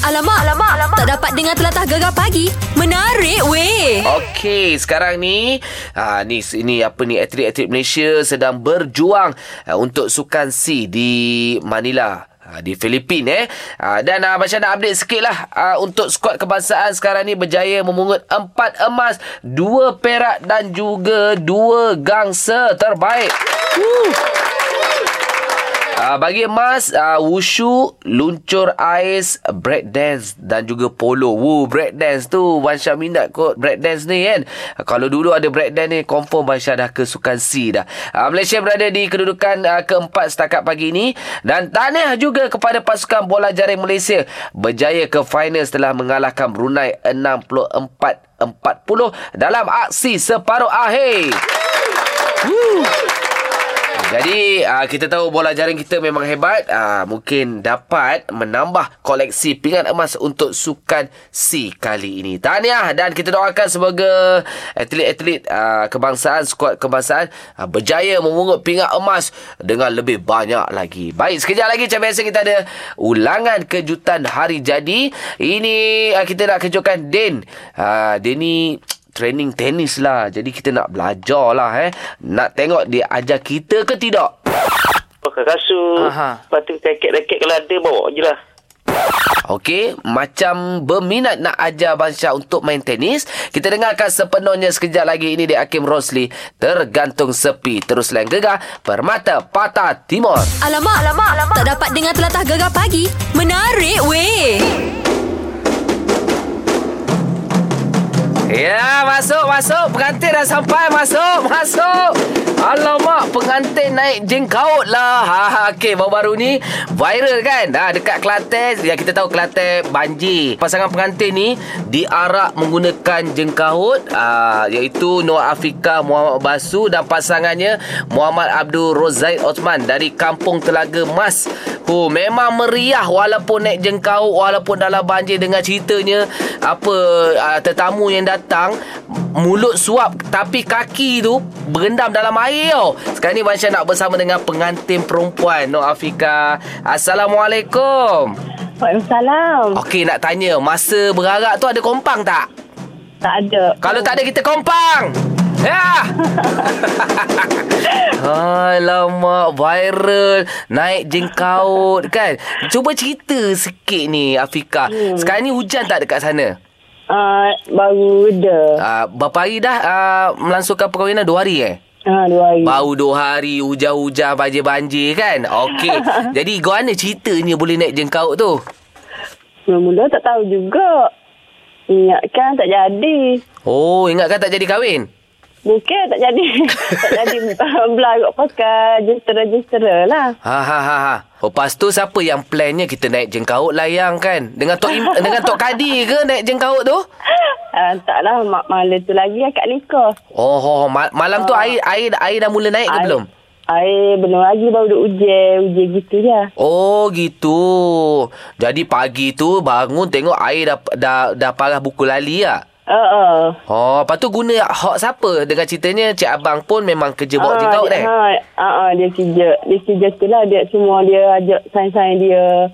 Alamak, alamak, alamak. Tak dapat dengar telatah gegar pagi. Menarik weh. Okey, sekarang ni ha, ni ini apa ni atlet-atlet Malaysia sedang berjuang ha, untuk sukan C di Manila. ha, Di Filipin eh ha, Dan uh, macam nak update sikit lah uh, Untuk skuad kebangsaan sekarang ni Berjaya memungut 4 emas 2 perak Dan juga 2 gangsa terbaik Uh, bagi emas, uh, wushu, luncur ais, break dance dan juga polo. Woo, break dance tu Wan Syah minat kot break dance ni kan. Uh, kalau dulu ada break dance ni, confirm Wan Syah dah ke Sukan C dah. Uh, Malaysia berada di kedudukan uh, keempat setakat pagi ini. Dan tahniah juga kepada pasukan bola jaring Malaysia. Berjaya ke final setelah mengalahkan Brunei 64-40 dalam aksi separuh akhir. Jadi uh, kita tahu bola jaring kita memang hebat uh, Mungkin dapat menambah koleksi pingat emas untuk sukan C kali ini Tahniah dan kita doakan semoga atlet-atlet uh, kebangsaan, skuad kebangsaan uh, Berjaya memungut pingat emas dengan lebih banyak lagi Baik sekejap lagi macam biasa kita ada ulangan kejutan hari jadi Ini uh, kita nak kejutkan Din uh, Din ni training tenis lah. Jadi kita nak belajar lah eh. Nak tengok dia ajar kita ke tidak. Pakai kasut. Aha. Lepas tu raket-raket kalau ada bawa je lah. Okey, macam berminat nak ajar Bansha untuk main tenis. Kita dengarkan sepenuhnya sekejap lagi ini dia Hakim Rosli. Tergantung sepi terus lain gegar. Permata Patah Timur. Alamak, alamak, alamak. Tak dapat dengar telatah gegar pagi. Menarik weh. Ya, masuk, masuk. Pengantin dah sampai. Masuk, masuk. Alamak, pengantin naik jengkaut lah. Ha, ha, okay, baru-baru ni viral kan? Ha, dekat Kelantan, ya kita tahu Kelantan banjir. Pasangan pengantin ni diarak menggunakan jengkaut ha, iaitu Noor Afika Muhammad Basu dan pasangannya Muhammad Abdul Rozaid Osman dari Kampung Telaga Mas. Oh, memang meriah walaupun naik jengkaut, walaupun dalam banjir dengan ceritanya apa uh, tetamu yang datang mulut suap tapi kaki tu berendam dalam air tau. Sekarang ni Bansha nak bersama dengan pengantin perempuan Nur Afika. Assalamualaikum. Waalaikumsalam. Okey nak tanya masa berarak tu ada kompang tak? Tak ada. Kalau tak ada kita kompang. Ya. Alamak viral naik jengkaut kan. Cuba cerita sikit ni Afika. Hmm. Sekarang ni hujan tak dekat sana? Uh, baru ada. Uh, berapa hari dah uh, melangsungkan perkahwinan? Dua hari eh? Ha, dua hari. Baru dua hari hujan-hujan banjir-banjir kan? Okey. Jadi kau mana ceritanya boleh naik jengkaut tu? Mula-mula tak tahu juga. Ingatkan tak jadi. Oh, ingatkan tak jadi kahwin? Bukan tak jadi. tak jadi uh, belarut pakai jentera-jentera lah. Ha ha ha ha. Lepas tu siapa yang plannya kita naik jengkaut layang kan? Dengan Tok Im- dengan Tok Kadi ke naik jengkaut tu? Uh, taklah mak malam tu lagi akak nikah. Oh, oh ma- malam tu air air air dah mula naik ke Ah, Air- belum? Air belum lagi baru duk ujian. Ujian gitu je. Oh gitu. Jadi pagi tu bangun tengok air dah dah dah parah buku lali ah. Uh, uh. Oh, lepas tu guna hak siapa? Dengan ceritanya Cik Abang pun memang kerja bawa kan? Ah, jengkaut dia, dah. Ha, ha, ha, dia kerja. Dia kerja tu lah. Dia semua dia ajak sains-sains dia.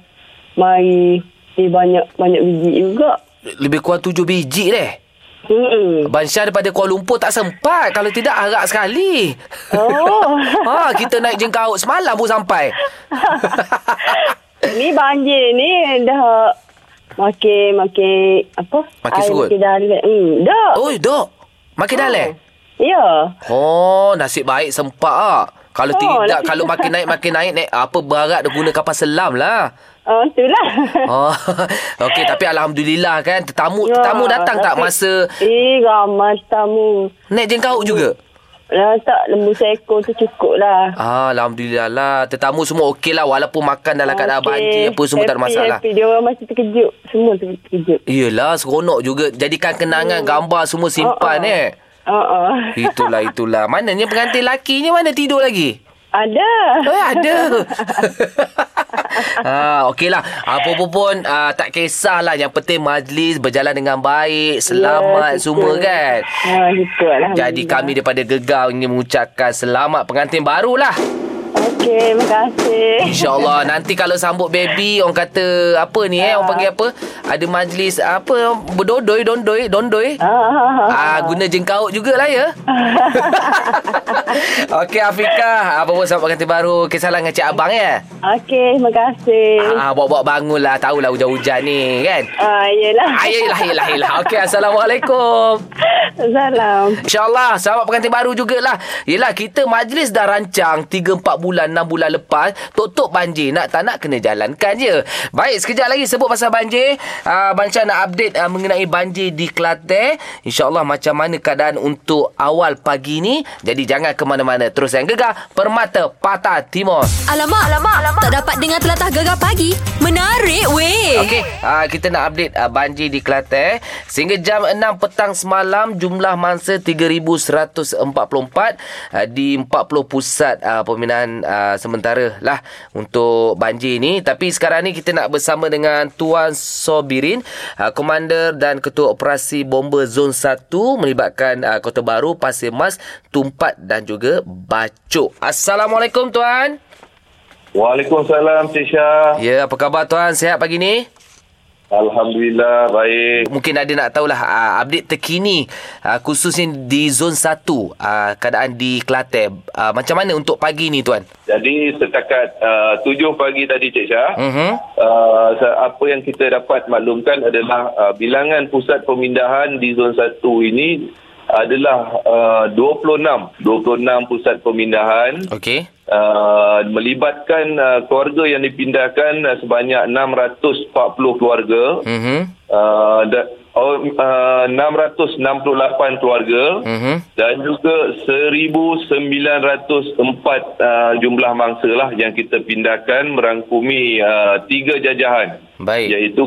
Mari. Dia banyak banyak biji juga. Lebih kurang tujuh biji dah. Hmm. Abang Syah daripada Kuala Lumpur tak sempat. Kalau tidak, harap sekali. Oh. ha, kita naik jengkaut semalam pun sampai. ni banjir ni dah makin makin apa? Makin surut. Makin dah hmm, dah. Oi, Dok. Makin oh. dalam? Hmm. Ya. Oh, nasib baik sempat ah. Kalau Oh, tidak, nasib- kalau makin naik, makin naik, naik apa berat dah guna kapal selam lah. Oh, itulah. Oh, okey. Tapi Alhamdulillah kan, tetamu Ya, tetamu datang tak tapi- masa Eh, ramai tamu. naik jengkaut juga? Dah tak lembu seekor tu cukup lah. Ah, Alhamdulillah lah. Tetamu semua okey lah. Walaupun makan dalam keadaan Okey. banjir apa semua tak ada Happy, masalah. Happy. Dia orang masih terkejut. Semua tu terkejut. Iyalah, seronok juga. Jadikan kenangan, Hmm. gambar semua simpan Oh, oh. eh. Uh-uh. Itulah, itulah. Mananya pengantin lakinya mana tidur lagi? Ada. Oh, ada. ha, okeylah. Apa-apa pun ah, tak kisahlah. Yang penting majlis berjalan dengan baik, selamat Ya, semua kita- kan. Ha, kita. Jadi kami daripada Gegar ingin mengucapkan selamat pengantin barulah. Okey. Okey, terima kasih. lah. InsyaAllah Nanti kalau sambut baby Orang kata Apa ni eh Orang panggil apa Ada majlis Apa Berdodoi Dondoi Dondoi Ah, guna jengkaut jugalah ya Okey Afika Apa pun sahabat kata baru Kisah dengan Cik Abang ya Okey, terima kasih. ah, Bawa-bawa bangun lah Tahulah hujan-hujan ni kan Ah, yelah. ah, Yelah yelah yelah Okey Assalamualaikum Salam. InsyaAllah Sahabat pengantin baru jugalah Yelah kita majlis dah rancang 3-4 bulan 6 bulan lepas Tok-tok banjir Nak tak nak kena jalankan je Baik sekejap lagi sebut pasal banjir uh, Bansyah nak update uh, mengenai banjir di Kelantan InsyaAllah macam mana keadaan untuk awal pagi ni Jadi jangan ke mana-mana Terus yang gegar Permata Patah Timur Alamak, alamak, alamak. Tak dapat dengar telatah gegar pagi. Menarik weh. Okey, uh, kita nak update uh, banjir di Kelantan. eh. Sehingga jam 6 petang semalam jumlah mangsa 3144 uh, di 40 pusat uh, pembinaan uh, sementara lah untuk banjir ni. Tapi sekarang ni kita nak bersama dengan Tuan Sobirin, uh, komander dan ketua operasi bomber zon 1 melibatkan uh, Kota Baru, Pasir Mas, Tumpat dan juga Bacok. Assalamualaikum tuan. Waalaikumsalam Cik Syah. Ya, apa khabar tuan? Sihat pagi ni? Alhamdulillah baik. mungkin ada nak tahulah uh, update terkini uh, khususnya di zon 1 uh, keadaan di Kelantan uh, macam mana untuk pagi ni tuan Jadi setakat uh, 7 pagi tadi Cik Syah, Mhm. uh, sa- apa yang kita dapat maklumkan adalah uh, bilangan pusat pemindahan di zon 1 ini adalah uh, 26 26 pusat pemindahan okey uh, melibatkan uh, keluarga yang dipindahkan uh, sebanyak 640 keluarga mhm uh, da- oh, uh, 668 keluarga mhm dan juga 1904 uh, jumlah mangsa lah yang kita pindahkan merangkumi uh, tiga jajahan Baik. iaitu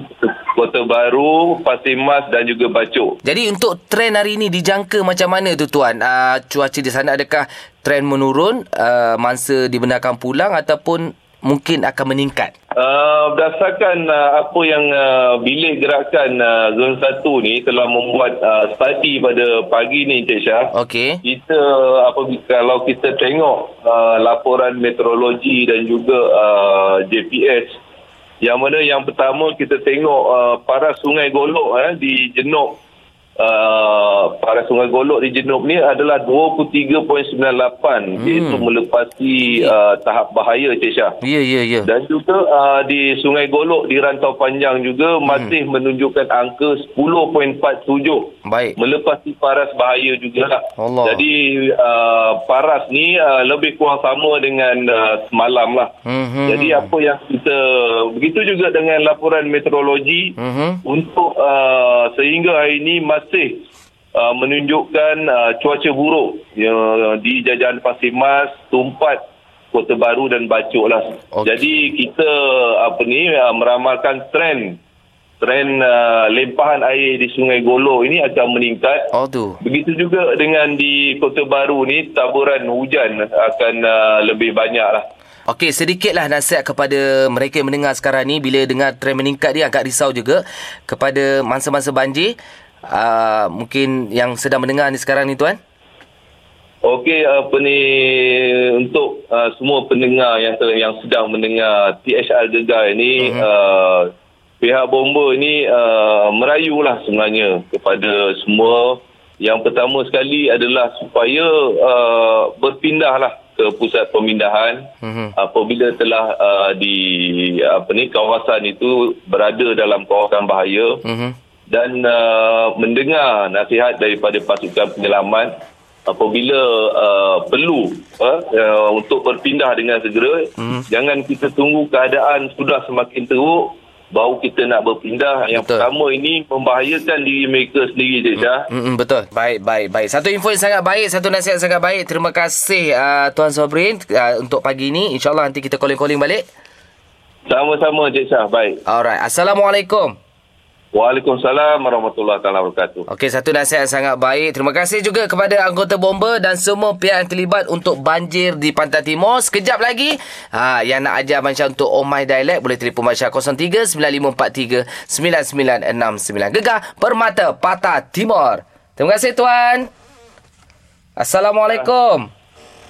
Kota Baru, Pasir Mas dan juga Bacok. jadi untuk trend hari ni dijangka macam mana tu tuan uh, cuaca di sana adakah trend menurun uh, mangsa dibenarkan pulang ataupun mungkin akan meningkat Uh, berdasarkan uh, apa yang uh, bilik gerakan uh, Zon 1 ni telah membuat uh, study pada pagi ni Encik Syah. okey kita apa kalau kita tengok uh, laporan meteorologi dan juga uh, JPS yang mana yang pertama kita tengok uh, paras sungai Golok eh, di Jenop uh, paras sungai Golok di Jenop ni adalah 23.98 hmm. iaitu melepasi uh, tahap bahaya Cik Syah ya ya ya dan juga uh, di Sungai Golok di Rantau Panjang juga Hmm. masih menunjukkan angka 10.47 baik melepasi paras bahaya juga lah. Allah. Jadi uh, paras ni uh, lebih kurang sama dengan uh, semalam lah. Mhm. Jadi apa yang kita begitu juga dengan laporan meteorologi Mhm. untuk uh, sehingga hari ini masih uh, menunjukkan uh, cuaca buruk uh, di jajahan Pasir Mas, Tumpat, Kota Baru dan Bacok lah. Okey. Jadi kita apa ni uh, meramalkan trend trend uh, lempahan air di Sungai Golo ini akan meningkat. oh tu Begitu juga dengan di Kota Baru ni taburan hujan akan uh, lebih banyak lah. Okey, sedikitlah nasihat kepada mereka yang mendengar sekarang ni bila dengar trend meningkat ni agak risau juga kepada mangsa-mangsa banjir. Uh, mungkin yang sedang mendengar ni sekarang ni tuan. Okey apa ni untuk uh, semua pendengar yang ter, yang sedang mendengar THR Gegar ini uh-huh. uh, pihak bomba ini uh, merayulah sebenarnya kepada semua yang pertama sekali adalah supaya uh, berpindahlah ke pusat pemindahan Mhm. apabila telah uh, di apa ni kawasan itu berada dalam kawasan bahaya Mhm. dan uh, mendengar nasihat daripada pasukan penyelamat apabila uh, perlu uh, uh, untuk berpindah dengan segera hmm. jangan kita tunggu keadaan sudah semakin teruk baru kita nak berpindah yang Betul. Hmm. pertama ini membahayakan diri mereka sendiri Cik Syah Mm-mm, betul. Baik, baik, baik. Satu info yang sangat baik, satu nasihat yang sangat baik. Terima kasih uh, Tuan Sobrin uh, untuk pagi ni. InsyaAllah nanti kita calling-calling balik. sama-sama Cik Syah baik Alright. Assalamualaikum. Waalaikumsalam warahmatullahi taala wabarakatuh Okey, satu nasihat yang sangat baik. Terima kasih juga kepada anggota bomba dan semua pihak yang terlibat untuk banjir di Pantai Timur. Sekejap lagi, ha, yang nak ajar Abang Syah untuk Oh My Dialect, boleh telefon Abang Syah 03-9543-9969. Gegar Permata Patah Timur. Terima kasih, Tuan. Assalamualaikum.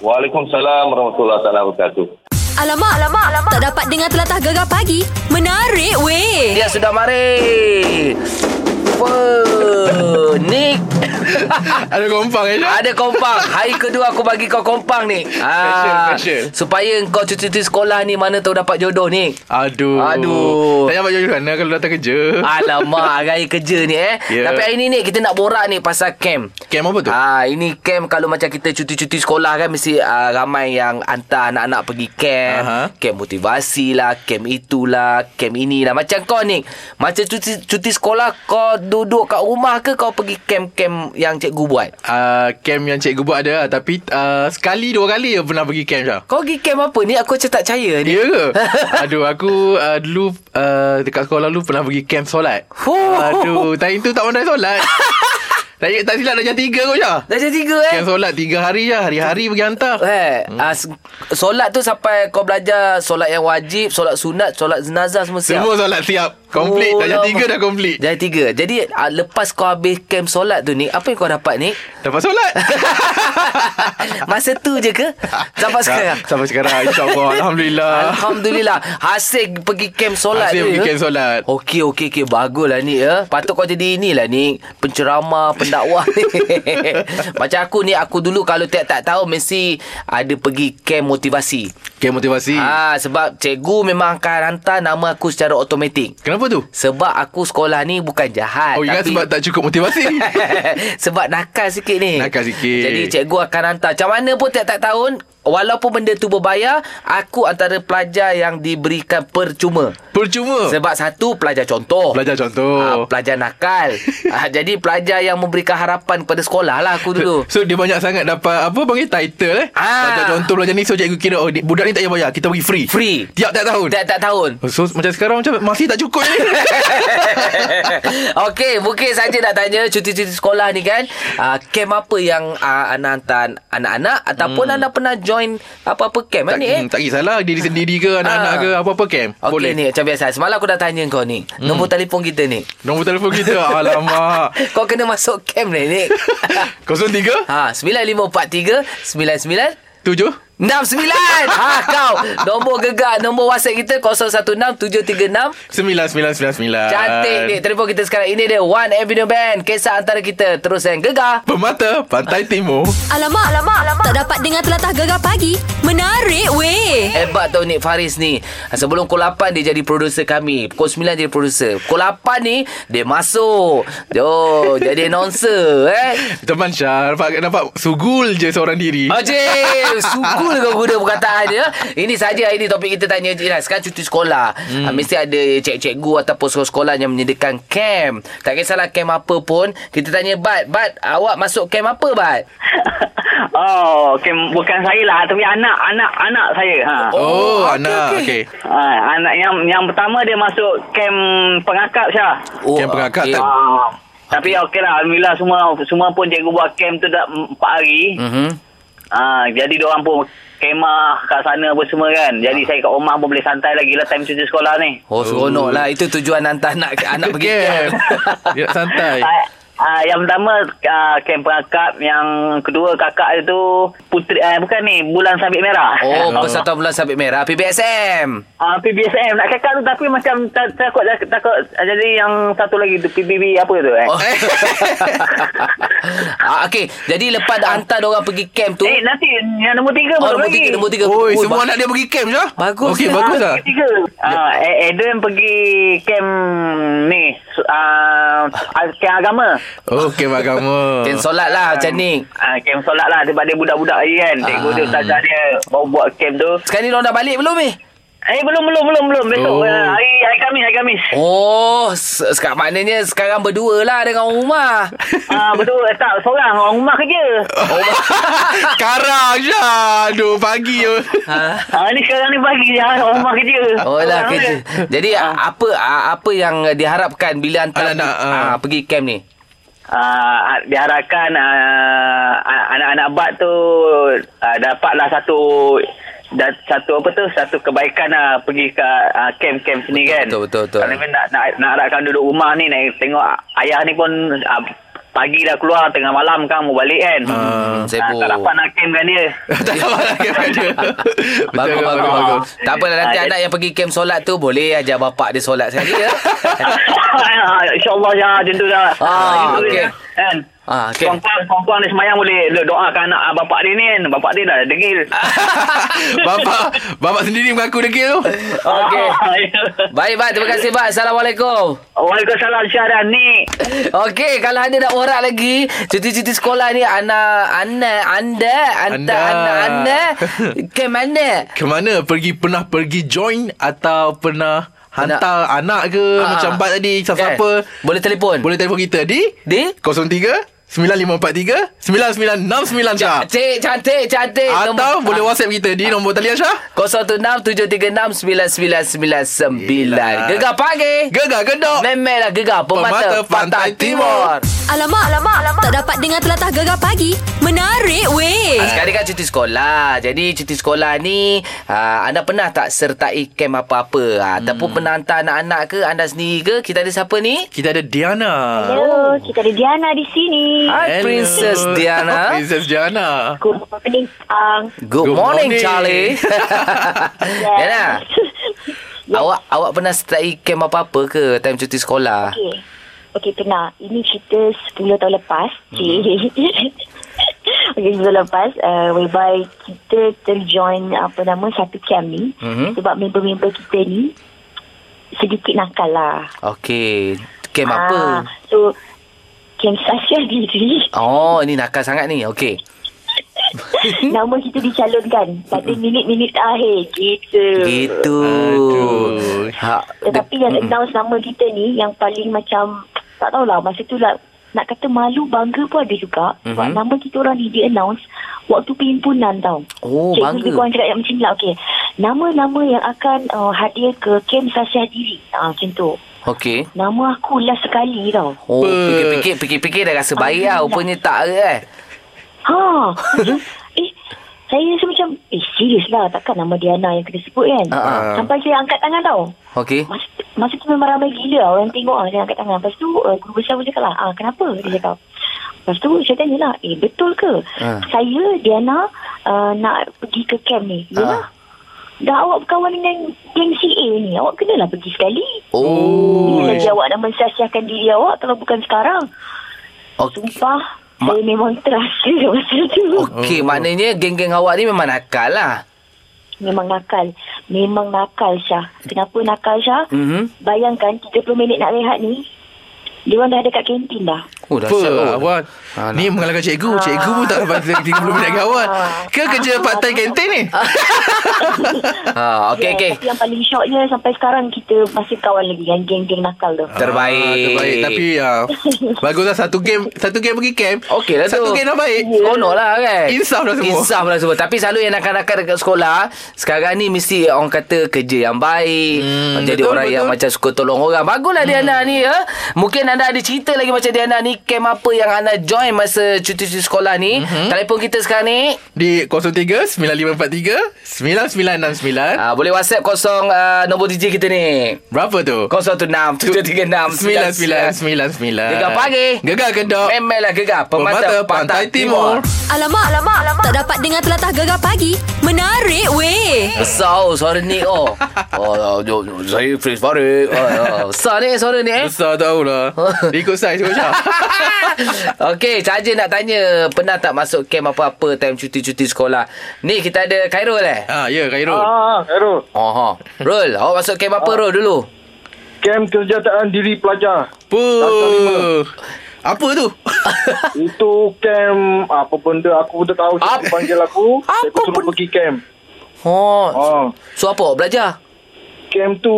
Waalaikumsalam warahmatullahi taala wabarakatuh Alamak, alamak, alamak. Tak dapat dengar telatah gegar pagi. Menarik weh. Dia sudah mari. Wah, Nick. Ada kompang eh Syah? Ada kompang Hari kedua aku bagi kau kompang ni Special, special. Supaya kau cuti-cuti sekolah ni Mana tahu dapat jodoh ni Aduh Aduh. Tak dapat jodoh Ana kalau datang kerja Alamak Hari kerja ni eh Ya. Tapi hari ni ni Kita nak borak ni Pasal camp Camp apa tu? Ah ini camp kalau macam kita cuti-cuti sekolah kan mesti ah, ramai yang hantar anak-anak pergi camp, Aha. uh-huh. camp motivasi lah, camp itulah, camp inilah. Macam kau ni, macam cuti cuti sekolah kau duduk kat rumah ke kau pergi camp-camp yang cikgu buat? Uh, camp yang cikgu buat ada lah Tapi uh, sekali dua kali je pernah pergi camp Syah Kau pergi camp apa ni? Aku macam tak percaya ni. Ya ke? Aduh aku uh, dulu uh, dekat sekolah dulu pernah pergi camp solat Oh. Aduh time tu tak pandai solat tak, tak silap dah jam tiga kot Syah Dah jadi tiga eh? Camp solat tiga hari Syah Hari-hari pergi hantar Eh, hmm. uh, solat tu sampai kau belajar solat yang wajib, solat sunat, solat jenazah semua siap. Semua solat siap Complete Dah jam lama. tiga dah complete Dah tiga. Jadi uh, lepas kau habis camp solat tu ni, apa yang kau dapat ni? Dapat solat Masa tu je ke? Sampai Tak, sekarang. Sampai sekarang InsyaAllah Alhamdulillah Alhamdulillah Hasil pergi camp solat Hasil tu, pergi ya? camp solat. Okey okey okey Baguslah ni ya Patut kau jadi inilah ni Penceramah Pendakwah ni Macam aku ni Aku dulu kalau tak tak tahu Mesti Ada pergi camp motivasi Camp motivasi Ah sebab cikgu memang akan hantar nama aku secara automatik. Kenapa tu? Sebab aku sekolah ni bukan jahat Oh ingat sebab tak cukup motivasi sebab nakal sikit ni Nakal sikit. Jadi cikgu akan hantar Macam mana pun tiap-tiap tahun Walaupun benda tu berbayar Aku antara pelajar yang diberikan percuma Percuma Sebab satu pelajar contoh Pelajar contoh. Ah, Pelajar nakal Ah, Jadi pelajar yang memberikan harapan kepada sekolah lah aku dulu So dia banyak sangat dapat Apa panggil title eh Ah. Macam contoh belajar ni So cikgu kira oh, di- Budak ni tak payah bayar Kita pergi free Free Tiap-tiap tahun Tiap-tiap tahun Oh, So macam sekarang macam Masih tak cukup ni Okey, mungkin saja nak tanya cuti-cuti sekolah ni kan, uh, camp apa yang uh, anda hantar anak-anak ataupun hmm. anda pernah join apa-apa camp tak, tak, ni eh? hmm, tak kisahlah Diri sendiri ke Anak-anak Ah. ke Apa-apa camp Okey Boleh ni macam biasa Semalam aku dah tanya kau ni hmm. Nombor telefon kita ni Nombor telefon kita Alamak Kau kena masuk camp ni ni 03 Ha 9543 99 7 69 Ha kau Nombor gegar Nombor whatsapp kita 016736 9999 Cantik ni Telefon kita sekarang Ini dia One Avenue Band Kisah antara kita Terus yang gegar Pemata Pantai Timur Alamak, alamak, alamak. Tak dapat dengar telatah gegar pagi. Menarik weh. Hebat tau Nick Faris ni Sebelum pukul 8 Dia jadi producer kami Pukul 9 jadi producer Pukul 8 ni Dia masuk Oh Jadi announcer eh Teman Syah Nampak, nampak Sugul je seorang diri Ajib Sukul lah kau guna perkataan dia Ini saja hari ni topik kita tanya je lah Sekarang cuti sekolah hmm. ha, Mesti ada cikgu-cikgu Ataupun sekolah-sekolah yang menyediakan camp Tak kisahlah camp apa pun Kita tanya Bat Bat awak masuk camp apa Bat? Oh, okay. bukan saya lah tapi anak anak anak saya. Ha. Oh. Oh, okey, anak okey. okay. Ha, anak yang yang pertama dia masuk kem pengakap Syah. Oh, Camp pengakak okey. tak? Ha. Tapi okey lah Alhamdulillah semua semua pun cikgu buat kem tu dah 4 hari. Mhm. Ha, jadi diorang pun kemah kat sana apa semua kan. Jadi saya kat rumah pun boleh santai lagi lah time cuti sekolah ni. Ah. Oh seronok lah Itu tujuan hantar anak, anak pergi camp Dia nak santai Ah, ah, yang pertama ah, kem pengakap, yang kedua kakak dia tu putri eh, bukan ni bulan sabit merah. Oh Persatuan Bulan Sabit Merah PBSM Ah uh, PBSM nak cakap tu tapi macam ta- takut takut, takut jadi yang satu lagi tu PBB apa tu eh. Oh. Oh. ah, okay Jadi lepas dah hantar Diorang pergi camp tu Eh nanti yang nombor tiga Oh baru nombor lagi. tiga Nombor tiga Oi, Oh, semua ba- anak dia pergi camp Syah Bagus Okey, lah. bagus lah Nombor tiga. Ah uh, Eden pergi kem ni ah uh, kem agama. Oh, camp agama Camp solat lah macam ni Ah. Ah uh, kem solat lah daripada budak-budak lagi kan. Cikgu dia ustazah dia baru buat kem tu. Sekarang ni diorang dah balik belum eh? Eh belum belum belum belum besok Oh. oh. hari hari Khamis hari Khamis. Oh, se- sekarang maknanya sekarang berdua lah dengan orang rumah. Ah betul eh, tak seorang orang rumah kerja. Oh. Sekarang Syah lah. Aduh, pagi je ha? Ah ni sekarang ni pagi je Ah, orang rumah kerja. Ah. Oh lah Orang kerja. Jadi a- apa a- apa yang diharapkan bila hantar Anak-anak, pergi- ah. ah, pergi camp ni? uh, diharapkan uh, anak-anak bat tu uh, dapatlah satu dan satu apa tu satu kebaikan lah pergi ke uh, camp-camp Betul, sini kan betul, betul, betul. Kalau nak, nak, nak harapkan duduk rumah ni nak tengok ayah ni pun uh, pagi dah keluar tengah malam kan mau balik kan. Ah, Uh, Hmm, sibuk. tak dapat nak camp kan dia. tak sabar lah game dia. Betul, Bagus, bagus, bagus. Tak apalah nanti Ah, anak yang pergi kem solat tu boleh ajar bapak dia solat sekali ya. Ah, InsyaAllah ya macam tu dah. Ah, macam tu okey. je, Kan? Ah, okey. Puan-puan, puan-puan ni semayang boleh doakan anak ah, bapak dia ni kan. Bapak dia dah degil. bapak, bapak sendiri mengaku degil tu. Okey. Ah, ya. Baik, baik. Terima kasih, Pak. Assalamualaikum. Waalaikumsalam Syahdan ni. Okey, kalau anda nak borak lagi, cuti-cuti sekolah ni, anak, anak, anda, anda, Anda. anak, anda, ke mana? Ke mana? Pergi pernah pergi join atau pernah hantar anak ke Ah. macam Bat tadi siapa-siapa Kan? Boleh telefon? boleh telefon kita di Di? 03 9543 9969 Syah. Cantik, cantik, cantik. Atau Nombor- Ah. boleh WhatsApp kita di nombor talian Syah. 0167369999. Yelah. Gegar pagi. Gegar gedok. Memelah gegar pemata, Pemata Pantai pantai timur. Alamak, alamak, alamak. Tak dapat dengar telatah gegar pagi. Menarik weh. Ah, Sekarang kan cuti sekolah. Jadi cuti sekolah ni ah, anda pernah tak sertai kem apa-apa? Ah, Ataupun Hmm. pernah hantar anak-anak ke anda sendiri ke? Kita ada siapa ni? Kita ada Diana. Hello, kita ada Diana di sini. Hi Princess Diana. Princess Diana. Good morning, Ang. Good, Good morning, morning. Charlie. Diana, awak awak pernah sertai kem apa-apa ke time cuti sekolah? Okey. Okey, pernah. Ini cerita 10 tahun lepas. Cik. Hmm. Okey, 10 tahun lepas. Uh, whereby kita terjoin apa nama satu camp ni. Mhm. Sebab member-member kita ni sedikit nakal lah. Okey, kem Ah, apa? So, camp sasya diri. Oh, ini nakal sangat ni. Okey. Nama kita dicalonkan pada minit-minit akhir. Gitu. Gitu. Aduh. Ha, Tetapi yang announce nama kita ni yang paling macam tak tahulah masa tu lah nak kata malu bangga pun ada juga sebab Mhm. nama kita orang ni di announce waktu perhimpunan tau. Oh, Cikgu bangga. lebih kurang cakap yang macam ni lah okay. Nama-nama yang akan uh, hadir ke kem sasiah diri ah, macam tu. Okey. Nama aku last sekali tau. Oh, Apa? fikir-fikir, fikir-fikir dah rasa baik lah. Alhamdulillah. Rupanya tak ke eh. Ha. macam, eh saya rasa macam eh serius lah takkan nama Diana yang kena sebut kan. Ah, ah. Sampai saya angkat tangan tau. Okey. Masa, masa tu memang ramai gila lah. orang tengok lah saya angkat tangan. Lepas tu uh, guru besar pun cakap lah, ah, kenapa? Dia cakap. Lepas tu saya tanya lah, eh betul ke? Ah. Saya, Diana uh, nak pergi ke camp ni. Ah. Ah. Yalah. Dah awak berkawan dengan geng CA ni, awak kenalah pergi sekali. Oh. Bila lagi awak nak mensiasiakan diri awak kalau bukan sekarang. Okey. Sumpah, saya memang terasa masa tu. Okey, maknanya geng-geng awak ni memang nakal lah. Memang nakal. Memang nakal Syah. Kenapa nakal Syah? Mhm. Bayangkan 30 minit nak rehat ni, dia orang dah dekat kantin dah. Oh, dah Apa awak? Alah. Ni mengalahkan cikgu. Cikgu pun tak dapat 30 minit dengan awak. Ke kerja part-time kantin ni? Ha, Yes, okey, okey. Tapi yang paling syoknya sampai sekarang kita masih kawan lagi dengan geng-geng nakal tu. Terbaik. Ah, terbaik. Tapi ya, baguslah satu game satu game pergi camp. Okey lah tu. Satu game dah baik. Seronok lah kan Insaf lah semua. Insaf lah semua Tapi selalu yang nakal-nakal dekat sekolah Sekarang ni mesti orang kata Kerja yang baik Hmm, Jadi betul, orang betul. Hmm. yang macam suka tolong orang Baguslah Diana ni ya Mungkin anda ada cerita lagi macam Diana ni Camp apa yang anda join masa cuti-cuti sekolah ni Mhm. Telefon kita sekarang ni Di 03 9543 9969. uh, Boleh whatsapp kosong uh, Nombor DJ kita ni Berapa tu? 016 736 9999. Gegar pagi. Gegar kedok. Memelah gegar Pemata, Pemata Pantai Timur. Alamak, alamak, alamak. Tak dapat dengar telatah gegar pagi. Menarik weh. Besar oh, suara ni oh. Oh, oh, oh, oh saya Fris Farid. Oh, oh. Besar ni suara ni eh. Besar tahu lah. Dia ikut saiz kot Syah. Okey, saja nak tanya pernah tak masuk camp apa-apa time cuti-cuti sekolah? Ni kita ada Khairul eh. Ah, ya, Khairul. Ah, Errol. Oh ha. Rul, awak masuk camp apa Rul dulu? Kem Ah. Kesejahteraan Diri Pelajar. Puh. Apa tu? Itu kem apa benda aku pun tak tahu. Cikgu Apa- panggil aku. Apa Cikgu suruh benda- pergi kem. Oh. Ah. So apa awak belajar? Kem tu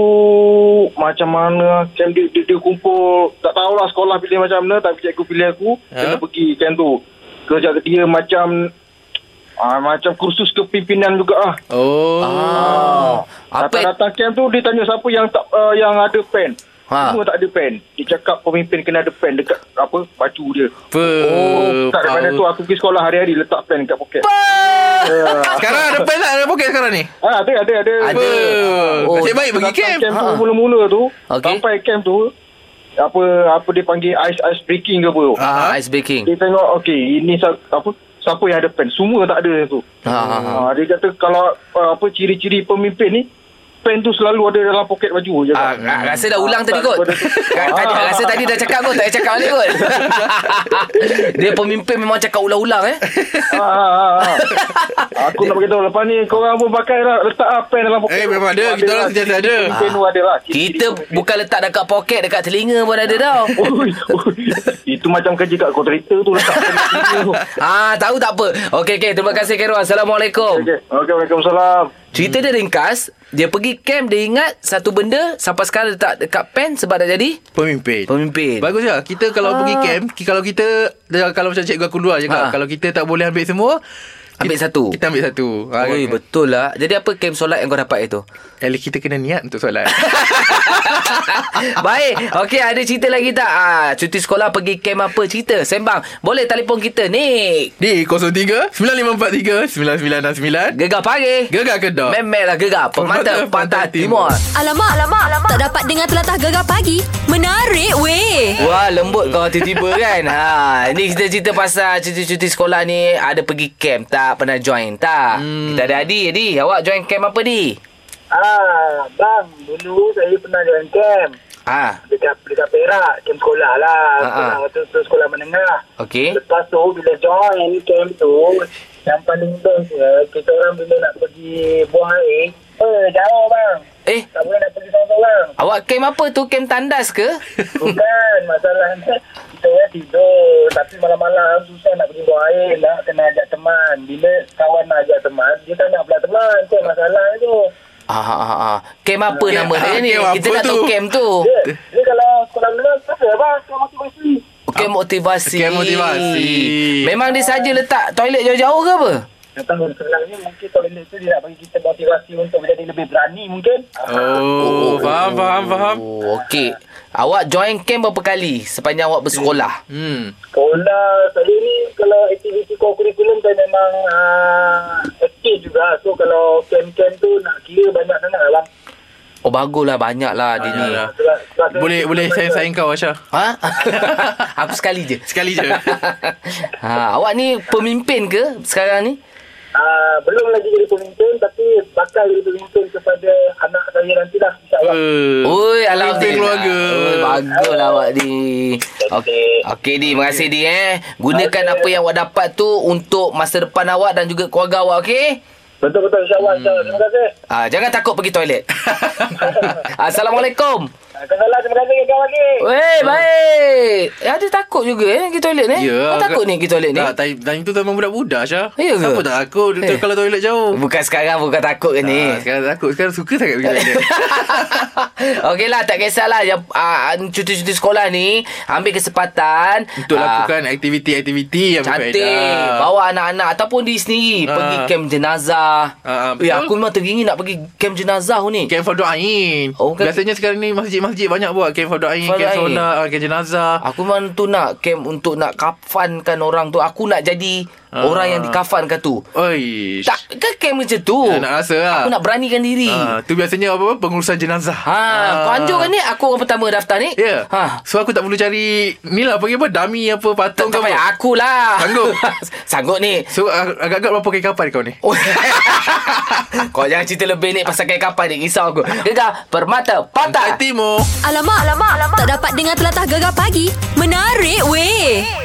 macam mana. Kem dia, dia, dia kumpul. Tak tahulah sekolah pilih macam mana. Tapi cikgu pilih aku. Ha? Kena pergi kem tu. Kerja dia macam... Ah, macam kursus kepimpinan juga ah. Oh. Oh. Apa? Datang-datang kem tu dia tanya siapa yang tak uh, yang ada pen. Ha. Ha. Semua tak ada pen. Dia cakap pemimpin kena ada pen dekat apa baju dia. Apa? Oh, tak daripada tu aku pergi sekolah hari-hari letak pen kat poket. Ya. Sekarang ada pen tak ada poket sekarang ni? Ah, ada ada Ah. ada. Ada. Apa? Oh, Nasib baik pergi Datang camp. camp tu Ha. mula-mula tu Okey. sampai camp tu apa apa dia panggil ice ice breaking ke apa tu. Ah, ice baking. Dia tengok okey ini sa- apa siapa yang ada pen semua tak ada tu. Ha, ha, ha. Ah, dia kata kalau ah, apa ciri-ciri pemimpin ni pen tu selalu ada dalam poket baju je. Ah, Ah, ra- rasa dah ulang tadi Tak, kot. daripada- Ra- tadi, Ah. rasa tadi dah cakap kot, tak payah cakap balik kot. Dia pemimpin memang cakap ulang-ulang eh. ah, ah, ah. Aku nak beritahu lepas ni korang pun pakai lah letak ah, pen dalam poket. Eh, memang ada. Kita orang sentiasa ada. Pen tu ada lah. Ciri-ciri Kita pemimpin. bukan letak dekat poket, dekat telinga pun ada tau. Ui, ui. Itu macam kerja kat kontraktor tu letak pen kat situ tu. Ah, tahu tak apa. Okey okey, terima kasih Kero. Oh. Assalamualaikum. Okey, okay, Waalaikumsalam. Cerita dia ringkas, dia pergi camp dia ingat satu benda sampai sekarang letak dekat pen sebab dah jadi Pemimpin. pemimpin. Ah. Bagus lah Kita kalau pergi camp ki- Kalau kita Kalau macam cikgu aku dulu lah cakap Ha. Kalau kita tak boleh ambil semua Ambil kita, satu. Kita ambil satu Ha, Oi, kan? betul lah. Jadi apa camp solat yang kau dapat itu? Eh, Kita kena niat untuk solat Baik. Okey, ada cerita lagi tak? Ah, cuti sekolah pergi camp apa cerita? Sembang. Boleh telefon kita ni. Di 03 9543 9969 Gegar pagi. Gegar Kedah Memek lah gegar. Pemata Pemata Pantai Pantai Timur. Timur. Alamak, alamak, alamak. Tak dapat dengar telatah gegar pagi. Menarik weh. Wah lembut kau tiba-tiba kan ha, Ni kita cerita pasal cuti-cuti sekolah ni Ada pergi camp tak? Pernah join tak? Hmm. Kita ada Adi Adi awak join camp apa Di? Ah, bang, dulu saya pernah join camp Ah, Ha. dekat dekat Perak, camp sekolah lah. Ah, Eh? ah. Sekolah waktu tu sekolah menengah. okey Lepas tu bila join camp tu, yang paling best dia, kita orang bila nak pergi buang air, eh jauh bang. Eh Tak boleh nak pergi seorang-seorang. awak camp apa tu? Camp tandas ke? Bukan masalahnya kita orang tidur tapi malam-malam susah nak pergi buang air nak kena ajak teman. Bila kawan nak ajak teman, dia tak nak pula teman. Itu masalah tu. Ah, ah, ah, ah. Camp apa Camp- nama dia ah, ni? camp Kita apa nak tahu tu? camp tu Dia, dia kalau sekolah menengah apa bang? Kau motivasi. Camp motivasi Camp motivasi. Memang dia saja letak toilet jauh-jauh ke apa? Dia tahu sebenarnya mungkin toilet tu dia nak bagi kita motivasi untuk menjadi lebih berani mungkin. Oh, faham, faham, faham. Oh, okey Awak join camp berapa kali sepanjang awak bersekolah? Hmm. Sekolah saya ni kalau aktiviti co-curriculum saya memang uh, aktif juga. So kalau camp-camp tu nak kira banyak sangat lah bang. Oh baguslah banyak lah dia ni Banyak lah. Sebab, sebab Boleh boleh saya sayang kau Asha. Ha? Aku sekali je. Sekali je. ha, awak ni pemimpin ke sekarang ni? Uh, belum lagi jadi pemimpin tapi bakal jadi pemimpin kepada anak saya nanti lah insyaAllah. Uh, Oi, Pemimpin alhamdulillah. keluarga. Oi, baguslah awak di. Okey, okey di, terima kasih di eh. Gunakan apa yang awak dapat tu untuk masa depan awak dan juga keluarga awak, okey? Betul-betul insyaAllah. Hmm. Terima kasih. Ah, jangan takut pergi toilet. Assalamualaikum. Ah, Kenal terima kasih kawan lagi. Weh, baik. Eh, ada takut juga eh pergi toilet ni. Ya. Kau takut ni pergi toilet ni? Tak, time, time tu memang budak-budak Asha. Ya ke? Apa tak aku Eh. eh. kalau toilet jauh. Bukan sekarang, bukan takut ke ni. Ah, sekarang takut sekarang suka sangat pergi toilet. Okey lah tak kisahlah yang uh, cuti-cuti sekolah ni ambil kesempatan Untuk ah, lakukan aktiviti-aktiviti yang cantik bawa anak-anak ataupun diri sendiri Ah. pergi camp jenazah. Ah, ah, eh, betul. aku memang teringin nak pergi camp jenazah ni. Camp for doain. Oh, Oh, bukan- Biasanya sekarang ni masjid-masjid banyak buat camp for doain, For camp doain. solat, ah, camp jenazah. Aku memang tu nak camp untuk nak kafankan orang tu. Aku nak jadi Ah. orang yang dikafankan tu. Oi. Tak ke camp macam tu? Ya, nak rasa lah. Aku nak beranikan diri. Ah, tu biasanya apa-apa pengurusan jenazah. Ah. Ha, kau anjur kan ni? Aku orang pertama daftar ni. Ya. Ha. So aku tak perlu cari ni lah panggil apa dummy apa Tak, patung tak ke payah apa. akulah. Sanggup. Sanggup ni. So ag- agak-agak berapa kali kapan kau ni? Oh. Kau jangan cerita lebih ni pasal kain kapan ni Risau aku Gegar Permata Patah Timur. Alamak, alamak, alamak. Tak dapat dengar telatah gegar pagi. Menarik weh.